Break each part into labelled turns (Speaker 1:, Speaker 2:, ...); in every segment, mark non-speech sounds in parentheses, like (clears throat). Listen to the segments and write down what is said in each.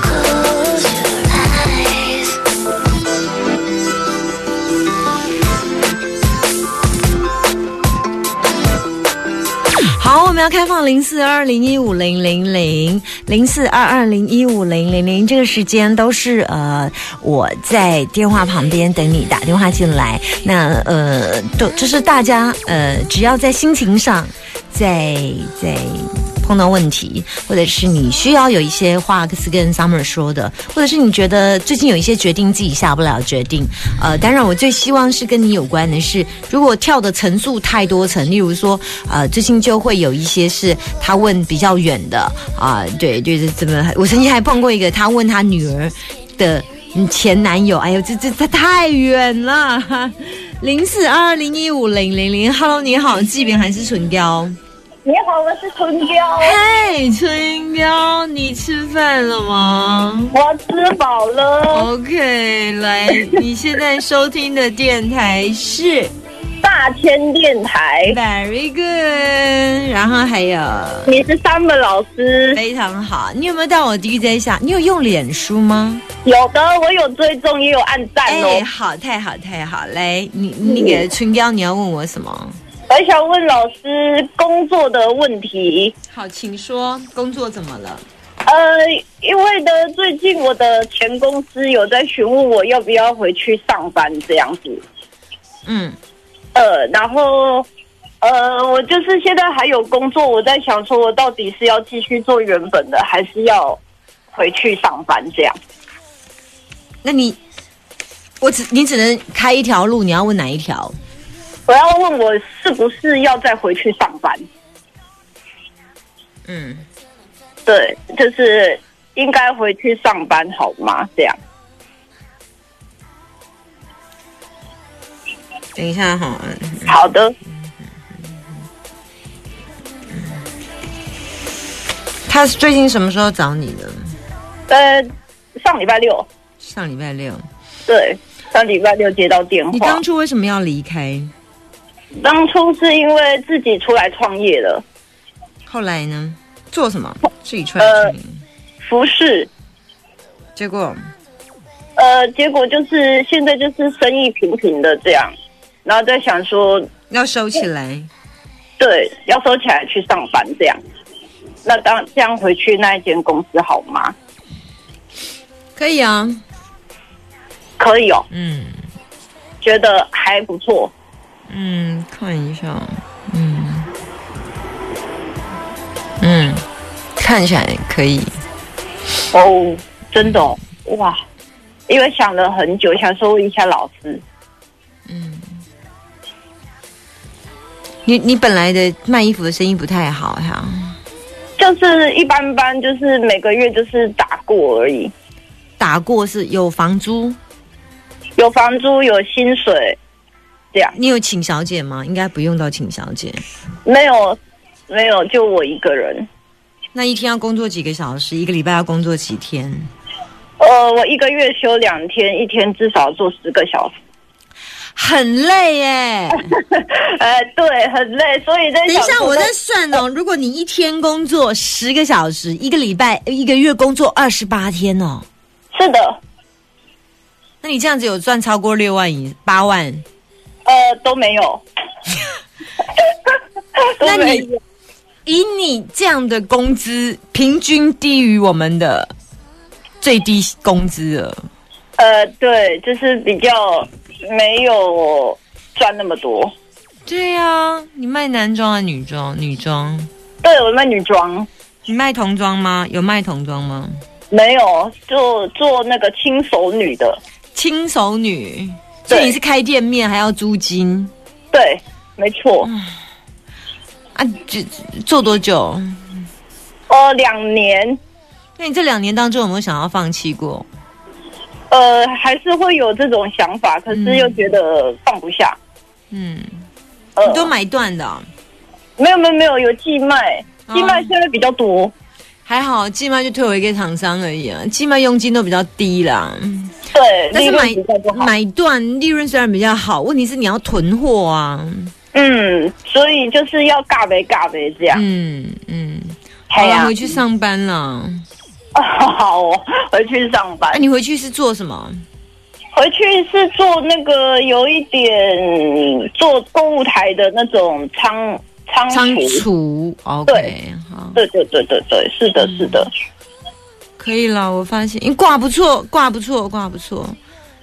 Speaker 1: Close your eyes.
Speaker 2: 好，我们要开放零四二零一五零零零零四二二零一五零零零，这个时间都是呃我在电话旁边等你打电话进来。那呃，都就是大家呃，只要在心情上，在在。碰到问题，或者是你需要有一些话是跟 Summer 说的，或者是你觉得最近有一些决定自己下不了决定，呃，当然我最希望是跟你有关的是，如果跳的层数太多层，例如说，呃，最近就会有一些是他问比较远的，啊、对，就是怎么，我曾经还碰过一个，他问他女儿的嗯前男友，哎呦，这这这太远了，零四二零一五零零零，Hello，你好，纪炳还是唇膏？
Speaker 3: 你好，我是春娇，
Speaker 2: 嘿，春娇，你吃饭了吗
Speaker 3: 我吃饱了。
Speaker 2: ？OK，来，你现在收听的电台是
Speaker 3: 大千电
Speaker 2: 哎
Speaker 3: 台，
Speaker 2: Very Good，然后还有
Speaker 3: 你是 Summer 老师，
Speaker 2: 非常好。你有没有到我 DJ 下？你有用脸书吗？哎
Speaker 3: 有的我有追踪，也有按赞哦。
Speaker 2: 好，太好，太好。来，你那个春娇，你要问我什么？
Speaker 3: 我想问老师工作的问题，
Speaker 2: 好，请说，工作怎么了？
Speaker 3: 呃，因为呢，最近我的前公司有在询问我要不要回去上班这样子，
Speaker 2: 嗯，
Speaker 3: 呃，然后。呃，我就是现在还有工作，我在想说，我到底是要继续做原本的，还是要回去上班这样？
Speaker 2: 那你，我只你只能开一条路，你要问哪一条？
Speaker 3: 我要问我是不是要再回去上班？
Speaker 2: 嗯。
Speaker 3: 对，就是应该回去上班好吗？这样，
Speaker 2: 等一下哈，
Speaker 3: 好的，
Speaker 2: 他最近什么时候找你的？
Speaker 3: 呃，上礼拜六，
Speaker 2: 上礼拜六。
Speaker 3: 对，上礼拜六接到电
Speaker 2: 你
Speaker 3: 话
Speaker 2: 当，初为什么要离开？
Speaker 3: 当初是因为自己出来创业了，
Speaker 2: 后来呢？做什么？自己出来创业。
Speaker 3: 服饰，
Speaker 2: 结果
Speaker 3: 呃，结果就是现在就是生意平平的这样，然后在想说，
Speaker 2: 要收起来。
Speaker 3: 对，要收起来去上班这样，那当这样回去那一间公司好吗？
Speaker 2: 可以啊。
Speaker 3: 可以哦，
Speaker 2: 嗯
Speaker 3: 觉得还不错，
Speaker 2: 嗯，看一下。嗯嗯，看起来可以。
Speaker 3: 哦，真的、哦、哇！因为想了很久，想说问一下老师。
Speaker 2: 你你本来的卖衣服的生意不太好哈、
Speaker 3: 就是一般般，就是每个月就是打过而已，
Speaker 2: 打过是有房租，
Speaker 3: 有房租有薪水，这样
Speaker 2: 你有请小姐吗？应该不用到请小姐。
Speaker 3: 没有没有就我一个人，
Speaker 2: 那一天要工作几个小时？一个礼拜要工作几天？
Speaker 3: 呃，我一个月休两天，一天至少做十个小时， (laughs)
Speaker 2: 很累 (laughs) 耶。
Speaker 3: 呃，对，很累，所以在
Speaker 2: 等一
Speaker 3: 想
Speaker 2: 下，
Speaker 3: 说
Speaker 2: 我在算哦。如果你一天工作十个小时，一个礼拜、一个月工作二十八天哦，
Speaker 3: 是的，
Speaker 2: 那你这样子有赚超过六万以八 (laughs) 万？
Speaker 3: 呃，都没有， (laughs)
Speaker 2: (laughs)
Speaker 3: 都
Speaker 2: 那
Speaker 3: 没
Speaker 2: 你
Speaker 3: 有，
Speaker 2: 以你这样的工资，平均低于我们的最低工资了。
Speaker 3: 呃，对，就是比较没有赚那么多，
Speaker 2: 对呀、啊，你卖男装还是女装？女装，
Speaker 3: 对我卖女装。
Speaker 2: 你卖童装吗？有卖童装吗？
Speaker 3: 没有，就做那个轻熟女的，
Speaker 2: 轻熟女，所以
Speaker 3: 对
Speaker 2: 你是开店面还要租金
Speaker 3: 对，没错。
Speaker 2: 嗯啊？这做多久？
Speaker 3: 呃，两年，
Speaker 2: 那你这两年当中有没有想要放弃过？
Speaker 3: 呃，还是会有这种想法，可是又觉得放不下。
Speaker 2: 嗯，
Speaker 3: 呃
Speaker 2: 你，都买断的哦、
Speaker 3: 没有没有没有，有寄卖，
Speaker 2: 哦
Speaker 3: 寄卖现在比较多。
Speaker 2: 还好寄卖就退回给厂商而已啊，寄卖佣金都比较低啦。嗯
Speaker 3: 对，
Speaker 2: 但
Speaker 3: 利
Speaker 2: 是
Speaker 3: 润
Speaker 2: 买
Speaker 3: 比较不好。
Speaker 2: 买断利润虽然比较好，问题是你要囤货啊。
Speaker 3: 嗯，所以就是要尬呗尬呗这样。
Speaker 2: 嗯嗯，好
Speaker 3: 啊哎呀
Speaker 2: 了，回去上班了。
Speaker 3: (laughs) 好哦，回去上班
Speaker 2: 那、。你回去是做什么？
Speaker 3: 回去是做那个有一点做购物台的那种仓仓
Speaker 2: 仓
Speaker 3: 储。
Speaker 2: 储。OK，
Speaker 3: 哎对
Speaker 2: 好，
Speaker 3: 对对对对对，是
Speaker 2: 嗯
Speaker 3: 的，是的，
Speaker 2: 可以了。我发现，你嗯挂不错，挂不错，挂不错。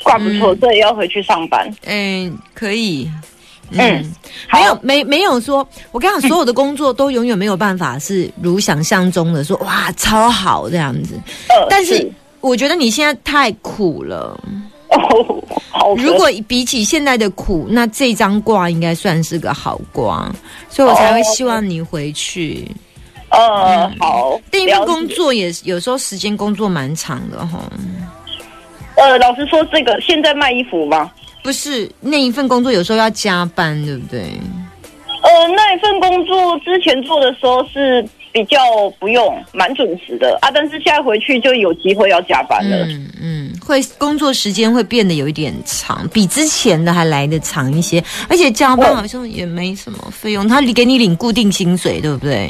Speaker 3: 挂不错，所以要回去上班。
Speaker 2: 嗯，可以。
Speaker 3: 嗯，
Speaker 2: 没有，没没有说，我跟你讲，所有的工作都永远没有办法是如想象中的说哇超好这样子，
Speaker 3: 呃，
Speaker 2: 但是我觉得你现在太苦了。
Speaker 3: 哦，好的，
Speaker 2: 如果比起现在的苦，那这张卦应该算是个好卦，所以我才会希望你回去。
Speaker 3: 呃
Speaker 2: 嗯
Speaker 3: 好，
Speaker 2: 但因为
Speaker 3: 了解
Speaker 2: 工作也有时候时间工作蛮长的哈，
Speaker 3: 呃，老实说，这个现在卖衣服吗？
Speaker 2: 不是那一份工作有时候要加班，对不对？
Speaker 3: 呃，那一份工作之前做的时候是比较不用，蛮准时的啊，但是现在回去就有机会要加班了。
Speaker 2: 嗯嗯，会工作时间会变得有一点长，比之前的还来得长一些，而且加班
Speaker 3: 哦
Speaker 2: 好像也没什么费用，他给你领固定薪水，对不对？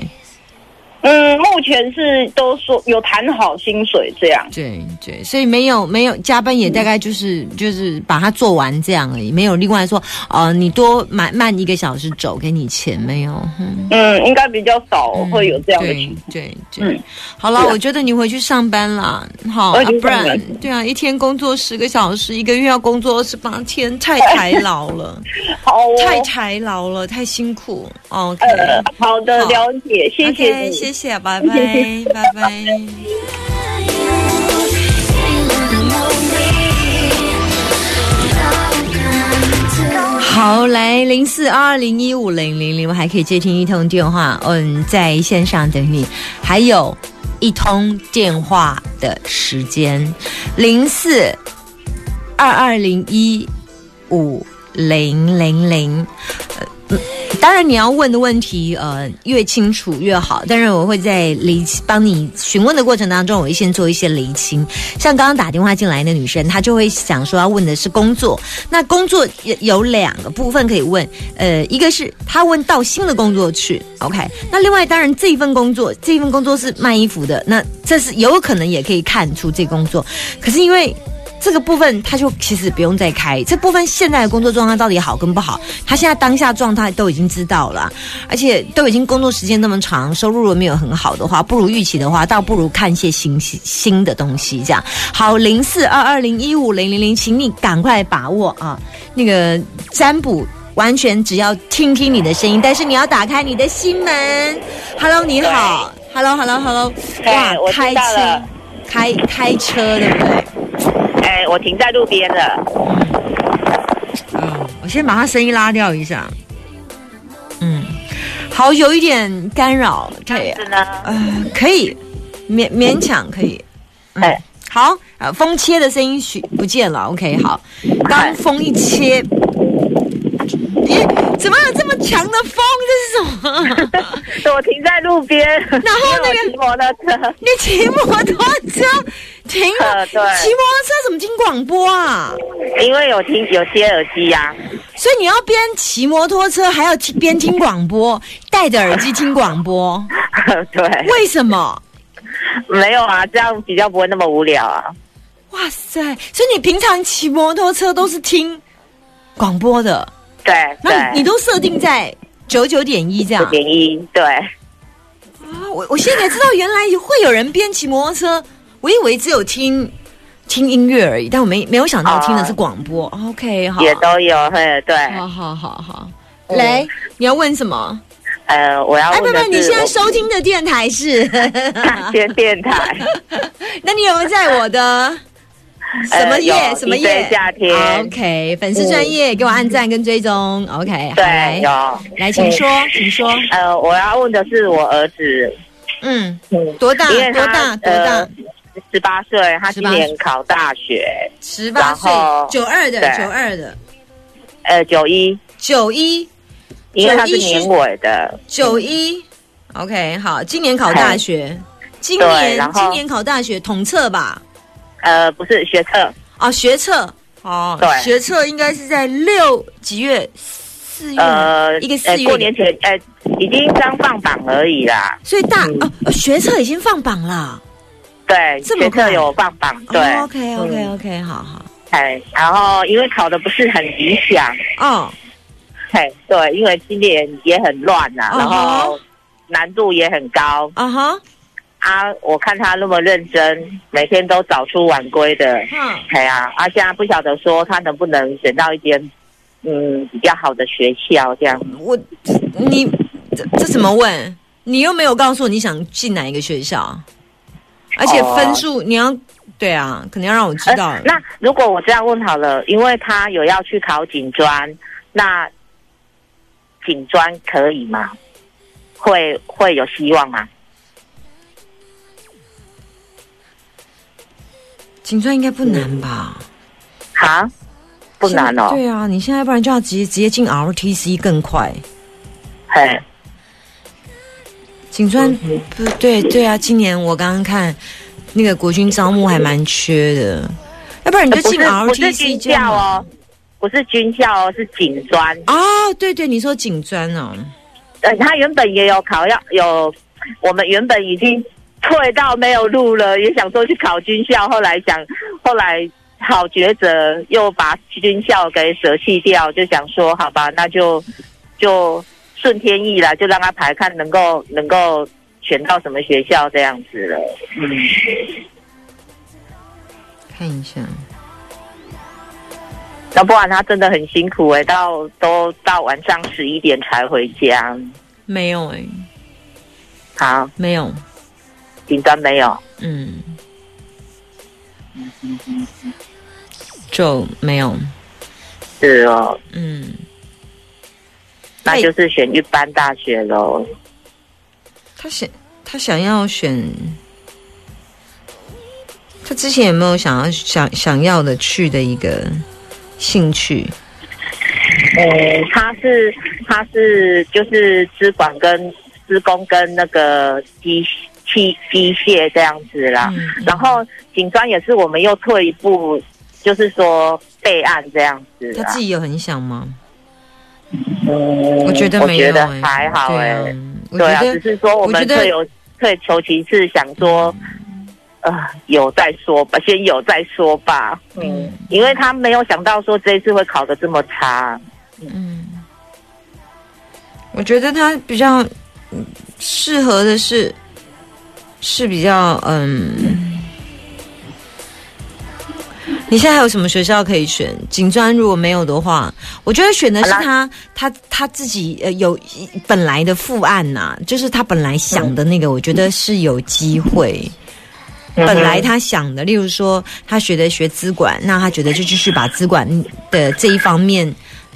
Speaker 3: 嗯，目前是都说有谈好薪水这样。
Speaker 2: 对对，所以没有没有加班也大概就是、就是把它做完这样而已，没有另外说呃你多慢慢一个小时走给你钱没有？嗯，
Speaker 3: 嗯，应该比较少会有这样的情
Speaker 2: 对
Speaker 3: 况。
Speaker 2: 对对，
Speaker 3: 嗯
Speaker 2: 好了，
Speaker 3: 是啊
Speaker 2: 我觉得你回去上班啦，好，
Speaker 3: 我
Speaker 2: 啊
Speaker 3: 已经、
Speaker 2: 不
Speaker 3: 上
Speaker 2: 然
Speaker 3: 班
Speaker 2: 对啊，一天工作十个小时，一个月要工作二十八天，太抬劳了，
Speaker 3: 好哦，
Speaker 2: 太抬劳了，太辛苦。OK，、
Speaker 3: 呃，好的，
Speaker 2: 好
Speaker 3: 了解，谢谢
Speaker 2: OK，
Speaker 3: 你。
Speaker 2: 谢谢，拜拜，拜拜。好，来零四二零一五零零零，我还可以接听一通电话，嗯，在线上等你，还有一通电话的时间，零四二二零一五零零零。当然，你要问的问题，呃，越清楚越好。但是我会在厘清帮你询问的过程当中，我会先做一些厘清。像刚刚打电话进来的女生，她就会想说要问的是工作。那工作也有两个部分可以问，呃，一个是她问到新的工作去，OK。那另外，当然这一份工作，这一份工作是卖衣服的，那这是有可能也可以看出这工作。可是因为这个部分他就其实不用再开，这部分现在的工作状态到底好跟不好，他现在当下状态都已经知道了，而且都已经工作时间那么长，收入如果没有很好的话，不如预期的话，倒不如看一些新新新的东西这样。好，零四二二零一五零零零，请你赶快把握啊，那个占卜。完全只要听听你的声音，但是你要打开你的心门。Hello，你好，Hello，Hello，Hello，
Speaker 3: 对我
Speaker 2: 开
Speaker 3: 知
Speaker 2: 车
Speaker 3: 道了，
Speaker 2: 开开车，对不对？
Speaker 3: 哎，我停在路边了。
Speaker 2: 嗯， (clears throat) 我先把他声音拉掉一下。嗯，好，有一点干扰，对，
Speaker 3: 是呢，
Speaker 2: 呃，可以，勉勉强可以。嗯
Speaker 3: 哎，
Speaker 2: 好，呃，风切的声音许不见了，OK，好，
Speaker 3: 嗯
Speaker 2: 刚风一切，咦，怎么有这么强的风？这是什么？
Speaker 3: (laughs) 我停在路边，
Speaker 2: (laughs)
Speaker 3: 然
Speaker 2: 后那个
Speaker 3: 骑摩托车， (laughs)
Speaker 2: 你骑摩托车停了，
Speaker 3: 呃
Speaker 2: 骑摩
Speaker 3: 对
Speaker 2: 托车怎么听广播啊？
Speaker 3: 因为有听有接耳机呀、 (laughs)
Speaker 2: 所以你要边骑摩托车，还要听边听广播，戴着耳机听广播，
Speaker 3: 对，
Speaker 2: 为什么？
Speaker 3: 没有啊，这样比较不会那么无聊啊。
Speaker 2: 哇塞！所以你平常骑摩托车都是听广播的，
Speaker 3: 对，
Speaker 2: 那你你
Speaker 3: 都
Speaker 2: 都设定在九九点一这样
Speaker 3: 点一，对，
Speaker 2: 啊？我我现在才知道原来会有人边骑摩托车，我以为只有听听音乐而已，但我没没有想到听的是广播。OK，好，
Speaker 3: 哦也都有，嘿，对，
Speaker 2: 好好好好。来，你要问什么？
Speaker 3: 呃，我要
Speaker 2: 哎，不
Speaker 3: 问的
Speaker 2: 不，你
Speaker 3: 是
Speaker 2: 现在
Speaker 3: 我
Speaker 2: 收听的电台
Speaker 3: (laughs)
Speaker 2: 是？
Speaker 3: 大千电
Speaker 2: (laughs)
Speaker 3: 台，
Speaker 2: 那你有没有在我
Speaker 3: (laughs)
Speaker 2: 的什么页、
Speaker 3: 呃有
Speaker 2: 什么页
Speaker 3: 一？飞夏天
Speaker 2: OK，粉丝专业、给我按赞跟追踪。OK，好来
Speaker 3: 嗯对，有，
Speaker 2: 来，请说，请说。
Speaker 3: 呃，我要问的是我儿子，
Speaker 2: 嗯，
Speaker 3: 嗯，
Speaker 2: 多大？
Speaker 3: 因为
Speaker 2: 多
Speaker 3: 他呃
Speaker 2: 大？多大？
Speaker 3: 十八岁，他今
Speaker 2: 18
Speaker 3: 年考大学，
Speaker 2: 十八岁
Speaker 3: 然后，
Speaker 2: 九二的，
Speaker 3: 对
Speaker 2: 九二的，
Speaker 3: 呃，九一，
Speaker 2: 九一，
Speaker 3: 因为他是
Speaker 2: 91
Speaker 3: 年尾的，
Speaker 2: 九一。OK，好，今年考大学，今
Speaker 3: 对
Speaker 2: 年
Speaker 3: 然后
Speaker 2: 今年考大学统测吧？
Speaker 3: 呃，不是学测，
Speaker 2: 哦，哦，学测哦，
Speaker 4: 对
Speaker 2: 学测应该是在六几月？四月吗
Speaker 3: 呃，
Speaker 2: 嗯一个四
Speaker 3: 呃
Speaker 2: 月，
Speaker 3: 过年前，呃，已经刚放榜而已啦。
Speaker 2: 所以大
Speaker 3: 嗯
Speaker 2: 哦、呃学测已经放榜了。
Speaker 3: 对，
Speaker 2: 这么
Speaker 3: 学
Speaker 2: 快哦
Speaker 3: 测有放榜，对，嗯
Speaker 2: OK OK OK，好好。
Speaker 3: 哎，然后因为考的不是很理想，
Speaker 2: 哦，
Speaker 3: 哎，对，因为今年也很乱呐、
Speaker 2: 嗯哼
Speaker 3: 然后难度也很高
Speaker 2: 啊哈，
Speaker 3: 啊。我看他那么认真，每天都早出晚归的，
Speaker 2: 嗯，
Speaker 3: 哎呀、啊，现在不晓得说他能不能选到一间嗯比较好的学校这样。
Speaker 2: 我你这这怎么问？你又没有告诉我你想进哪一个学校，而且
Speaker 3: 哦
Speaker 2: 分数、你要对啊，肯定要让我知道了。
Speaker 3: 呃那如果我这样问好了，因为他有要去考警专，那警专可以吗？会会有希望吗？
Speaker 2: 警专应该不难吧？
Speaker 3: 哈，不难哦。
Speaker 2: 对啊，你现在不然就要直接直接进 RTC 更快。
Speaker 3: 嘿，
Speaker 2: 警专
Speaker 3: 嗯
Speaker 2: 不对对啊，今年我刚刚看那个国军招募还蛮缺的，要不然你就
Speaker 3: 不
Speaker 2: 进
Speaker 3: 是不是
Speaker 2: RTC
Speaker 3: 军
Speaker 2: 就好
Speaker 3: 校哦，不是军校哦，是警专。
Speaker 2: 哦，对对，你说警专哦，
Speaker 3: 呃，他原本也有考要有，我们原本已经退到没有路了，也想说去考军校，后来想后来好抉择，又把军校给舍弃掉，就想说好吧，那就就顺天意啦，就让他排看能够能够选到什么学校这样子了。
Speaker 2: 看一下，
Speaker 3: 要不然他真的很辛苦哎、到都到晚上十一点才回家。
Speaker 2: 没有哎、
Speaker 3: 好，
Speaker 2: 没有，
Speaker 3: 顶端没有。
Speaker 2: 嗯，就没有，
Speaker 3: 是哦，
Speaker 2: 嗯，
Speaker 3: 那就是选一般大学喽。
Speaker 2: 他想他想要选，他之前有没有想要想想要的去的一个兴趣？
Speaker 3: 呃，他是他是就是资管跟施工跟那个机器机械这样子啦。
Speaker 2: 嗯嗯
Speaker 3: 然后警专也是我们又退一步，就是说备案这样子
Speaker 2: 他
Speaker 3: 啦。
Speaker 2: 自己有很想吗？
Speaker 3: 嗯
Speaker 2: 我觉得
Speaker 3: 我
Speaker 2: 没
Speaker 3: 觉
Speaker 2: 有、
Speaker 3: 得
Speaker 2: 哎
Speaker 3: 还好哎、
Speaker 2: 对啊我
Speaker 3: 对啊，
Speaker 2: 觉
Speaker 3: 只
Speaker 2: 得
Speaker 3: 是说我
Speaker 2: 我
Speaker 3: 们
Speaker 2: 觉得
Speaker 3: 退有退求其次，想说，呃，有再说吧，先有再说吧。嗯，因为他没有想到说这一次会考得这么差。
Speaker 2: 嗯我觉得他比较嗯适合的是是比较嗯。你现在还有什么学校可以选？警专如果没有的话，我觉得选的是
Speaker 3: 好啦
Speaker 2: 他他他自己呃有本来的复案呐、就是他本来想的那个，我觉得是有机会。
Speaker 3: 嗯
Speaker 2: 本来他想的，例如说他学的学资管，那他觉得就继续把资管的这一方面，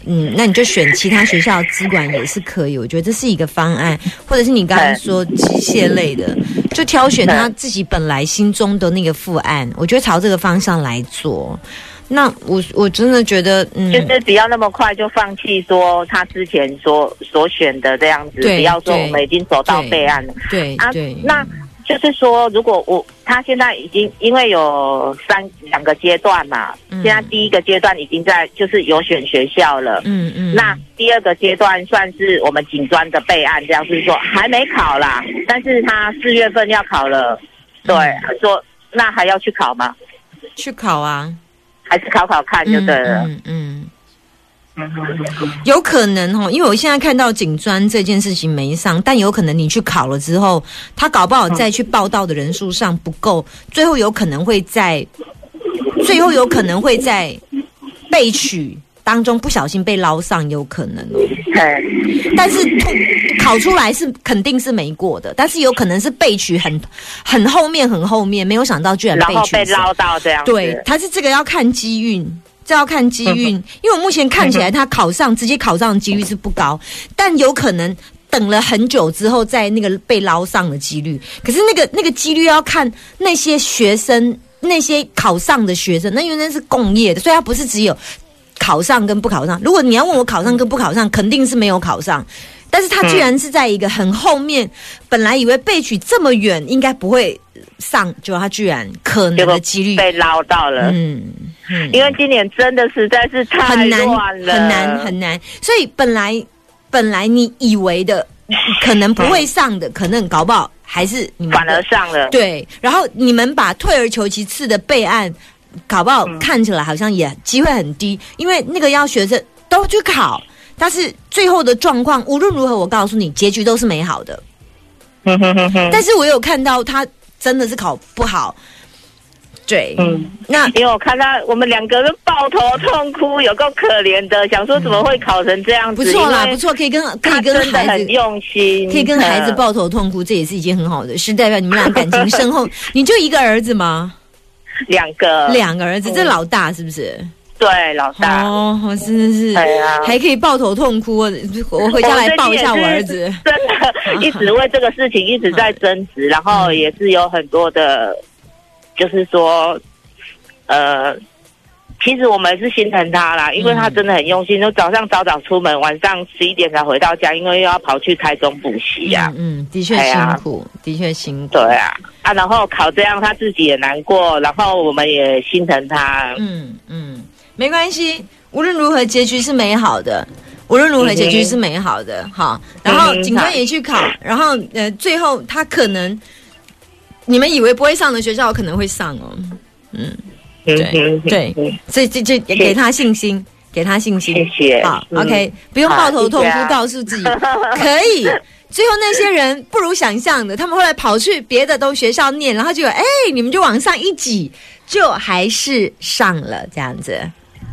Speaker 2: 嗯，那你就选其他学校资管也是可以，我觉得这是一个方案，或者是你刚刚说机械类的，就挑选他自己本来心中的那个副案，我觉得朝这个方向来做。那我我真的觉得，嗯，
Speaker 3: 就是不要那么快就放弃，说他之前所所选的这样子，
Speaker 2: 对
Speaker 3: 不要说
Speaker 2: 对
Speaker 3: 我们已经走到
Speaker 2: 对
Speaker 3: 备案了
Speaker 2: 对
Speaker 3: 啊
Speaker 2: 对，。
Speaker 3: 那就是说，如果我他现在已经因为有三两个阶段嘛，
Speaker 2: 嗯
Speaker 3: 现在第一个阶段已经在就是有选学校了，
Speaker 2: 嗯嗯，
Speaker 3: 那第二个阶段算是我们警专的备案，这样是说还没考啦，但是他四月份要考了，对，
Speaker 2: 嗯
Speaker 3: 说那还要去考吗？
Speaker 2: 去考啊，
Speaker 3: 还是考考看就对了。
Speaker 2: 嗯嗯嗯有可能哦，因为我现在看到警专这件事情没上，但有可能你去考了之后，他搞不好再去报道的人数上不够，最后有可能会在，最后有可能会在被取当中不小心被捞上，有可能哦。
Speaker 3: 嘿，
Speaker 2: 但是吐考出来是肯定是没过的，但是有可能是被取很很后面很后面，没有想到居然
Speaker 3: 然
Speaker 2: 被
Speaker 3: 后
Speaker 2: 取
Speaker 3: 被
Speaker 2: 上
Speaker 3: 捞到这样子。
Speaker 2: 对，他是这个要看机运，这要看机
Speaker 3: (laughs)
Speaker 2: 运，因为我目前看起来他考上直接考上的几率是不高，但有可能。等了很久之后，在那个被捞上的几率，可是那个那个几率要看那些学生，那些考上的学生，那因为那是共业的，所以他不是只有考上跟不考上。如果你要问我考上跟不考上，肯定是没有考上。但是他居然是在一个很后面，本来以为被取这么远应该不会上，结果他居然可
Speaker 3: 结
Speaker 2: 能
Speaker 3: 果
Speaker 2: 的几率，
Speaker 3: 被捞到了。
Speaker 2: 嗯嗯，
Speaker 3: 因为今年真的实在是太
Speaker 2: 很难
Speaker 3: 乱了，
Speaker 2: 很难很难，所以本来本来你以为
Speaker 3: (laughs)
Speaker 2: 的可能不会上的，可能搞不好还是你们
Speaker 3: 反而上了。
Speaker 2: 对，然后你们把退而求其次的备案，搞不好
Speaker 3: 嗯
Speaker 2: 看起来好像也机会很低，因为那个要学生都去考，但是最后的状况无论如何，我告诉你，结局都是美好的。
Speaker 3: 嗯哼哼哼，
Speaker 2: 但是我有看到他真的是考不好，对，
Speaker 3: 嗯，
Speaker 2: 那
Speaker 3: 因为我看他我们两个人抱头痛哭，有够可怜的，想说怎么会考成这样子？
Speaker 2: 嗯不错啦，
Speaker 3: 因为
Speaker 2: 不错，可以跟可
Speaker 3: 他
Speaker 2: 以跟
Speaker 3: 真的
Speaker 2: 孩
Speaker 3: 很
Speaker 2: 子。
Speaker 3: 用心，
Speaker 2: 可以跟孩子
Speaker 3: 嗯。
Speaker 2: 抱头痛哭，这也是一件很好的事，代表你们俩感情深 (laughs) 厚。你就一个儿子吗？
Speaker 3: 嗯两个
Speaker 2: 两个儿子，这老大是不是？
Speaker 3: 对老大，
Speaker 2: 哦，真的是，
Speaker 3: 对啊
Speaker 2: 还可以抱头痛哭。我我回家来抱一下我儿子。
Speaker 3: 真的一直为这个事情一
Speaker 2: (laughs)
Speaker 3: 直在
Speaker 2: 嗯
Speaker 3: 争执，然后也是有很多的，就是说，呃，其实我们是心疼
Speaker 2: 嗯
Speaker 3: 他啦，因为他真的很用心，就早上早早出门，晚上十一点才回到家，因为又要跑去台中补习呀、
Speaker 2: 嗯嗯，的确
Speaker 3: 哎
Speaker 2: 辛
Speaker 3: 呀
Speaker 2: 苦，的确辛苦。
Speaker 3: 对啊，啊，然后考这样他自己也难过，然后我们也心疼他，
Speaker 2: 嗯嗯，没关系，无论如何结局是美好的。无论如何，
Speaker 3: 嗯哼
Speaker 2: 结局是美好的，好。然后
Speaker 3: 嗯哼
Speaker 2: 警官也去考，然后呃，最后他可能你们以为不会上的学校，可能会上哦。
Speaker 3: 嗯
Speaker 2: 对对
Speaker 3: 嗯
Speaker 2: 所以这这也给他信心，给他信心。
Speaker 3: 谢谢
Speaker 2: 好、
Speaker 3: 嗯
Speaker 2: o k 不用抱头痛
Speaker 3: 好谢谢
Speaker 2: 哭，
Speaker 3: 啊
Speaker 2: 告诉自己可以。最后那些人不如想象的，他们后来跑去别的都学校念，然后就有哎，你们就往上一挤，就还是上了这样子。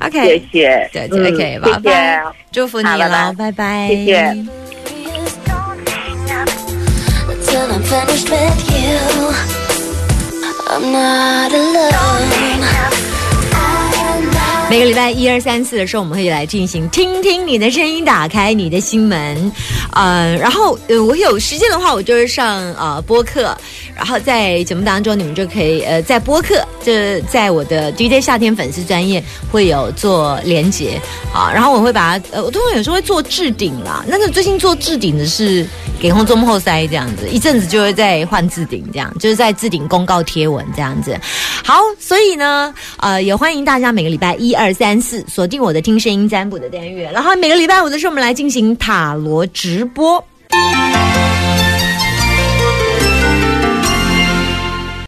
Speaker 2: OK，
Speaker 3: 谢谢，
Speaker 2: 对对
Speaker 3: 嗯
Speaker 2: ，OK，
Speaker 3: 谢
Speaker 2: 拜
Speaker 3: 谢
Speaker 2: 拜。，祝福你
Speaker 3: 好拜拜
Speaker 2: 了，拜拜，
Speaker 3: 谢谢
Speaker 1: Please don't hang up Till I'm finished with you I'm not alone I'm not
Speaker 2: 每个礼拜一、二、三、四的时候，我们会来进行听听你的声音，打开你的心门。呃，然后呃，我有时间的话，我就会上呃播客，然后在节目当中，你们就可以呃在播客，这在我的 DJ 夏天粉丝专业会有做连结啊，然后我会把它呃，我通常有时候会做置顶啦，但是最近做置顶的是给空中后塞这样子，一阵子就会再换置顶，这样就是在置顶公告贴文这样子。好，所以呢，呃，也欢迎大家每个礼拜一、二、三、四锁定我的听声音占卜的单元，然后每个礼拜五的时候，我们来进行塔罗直播。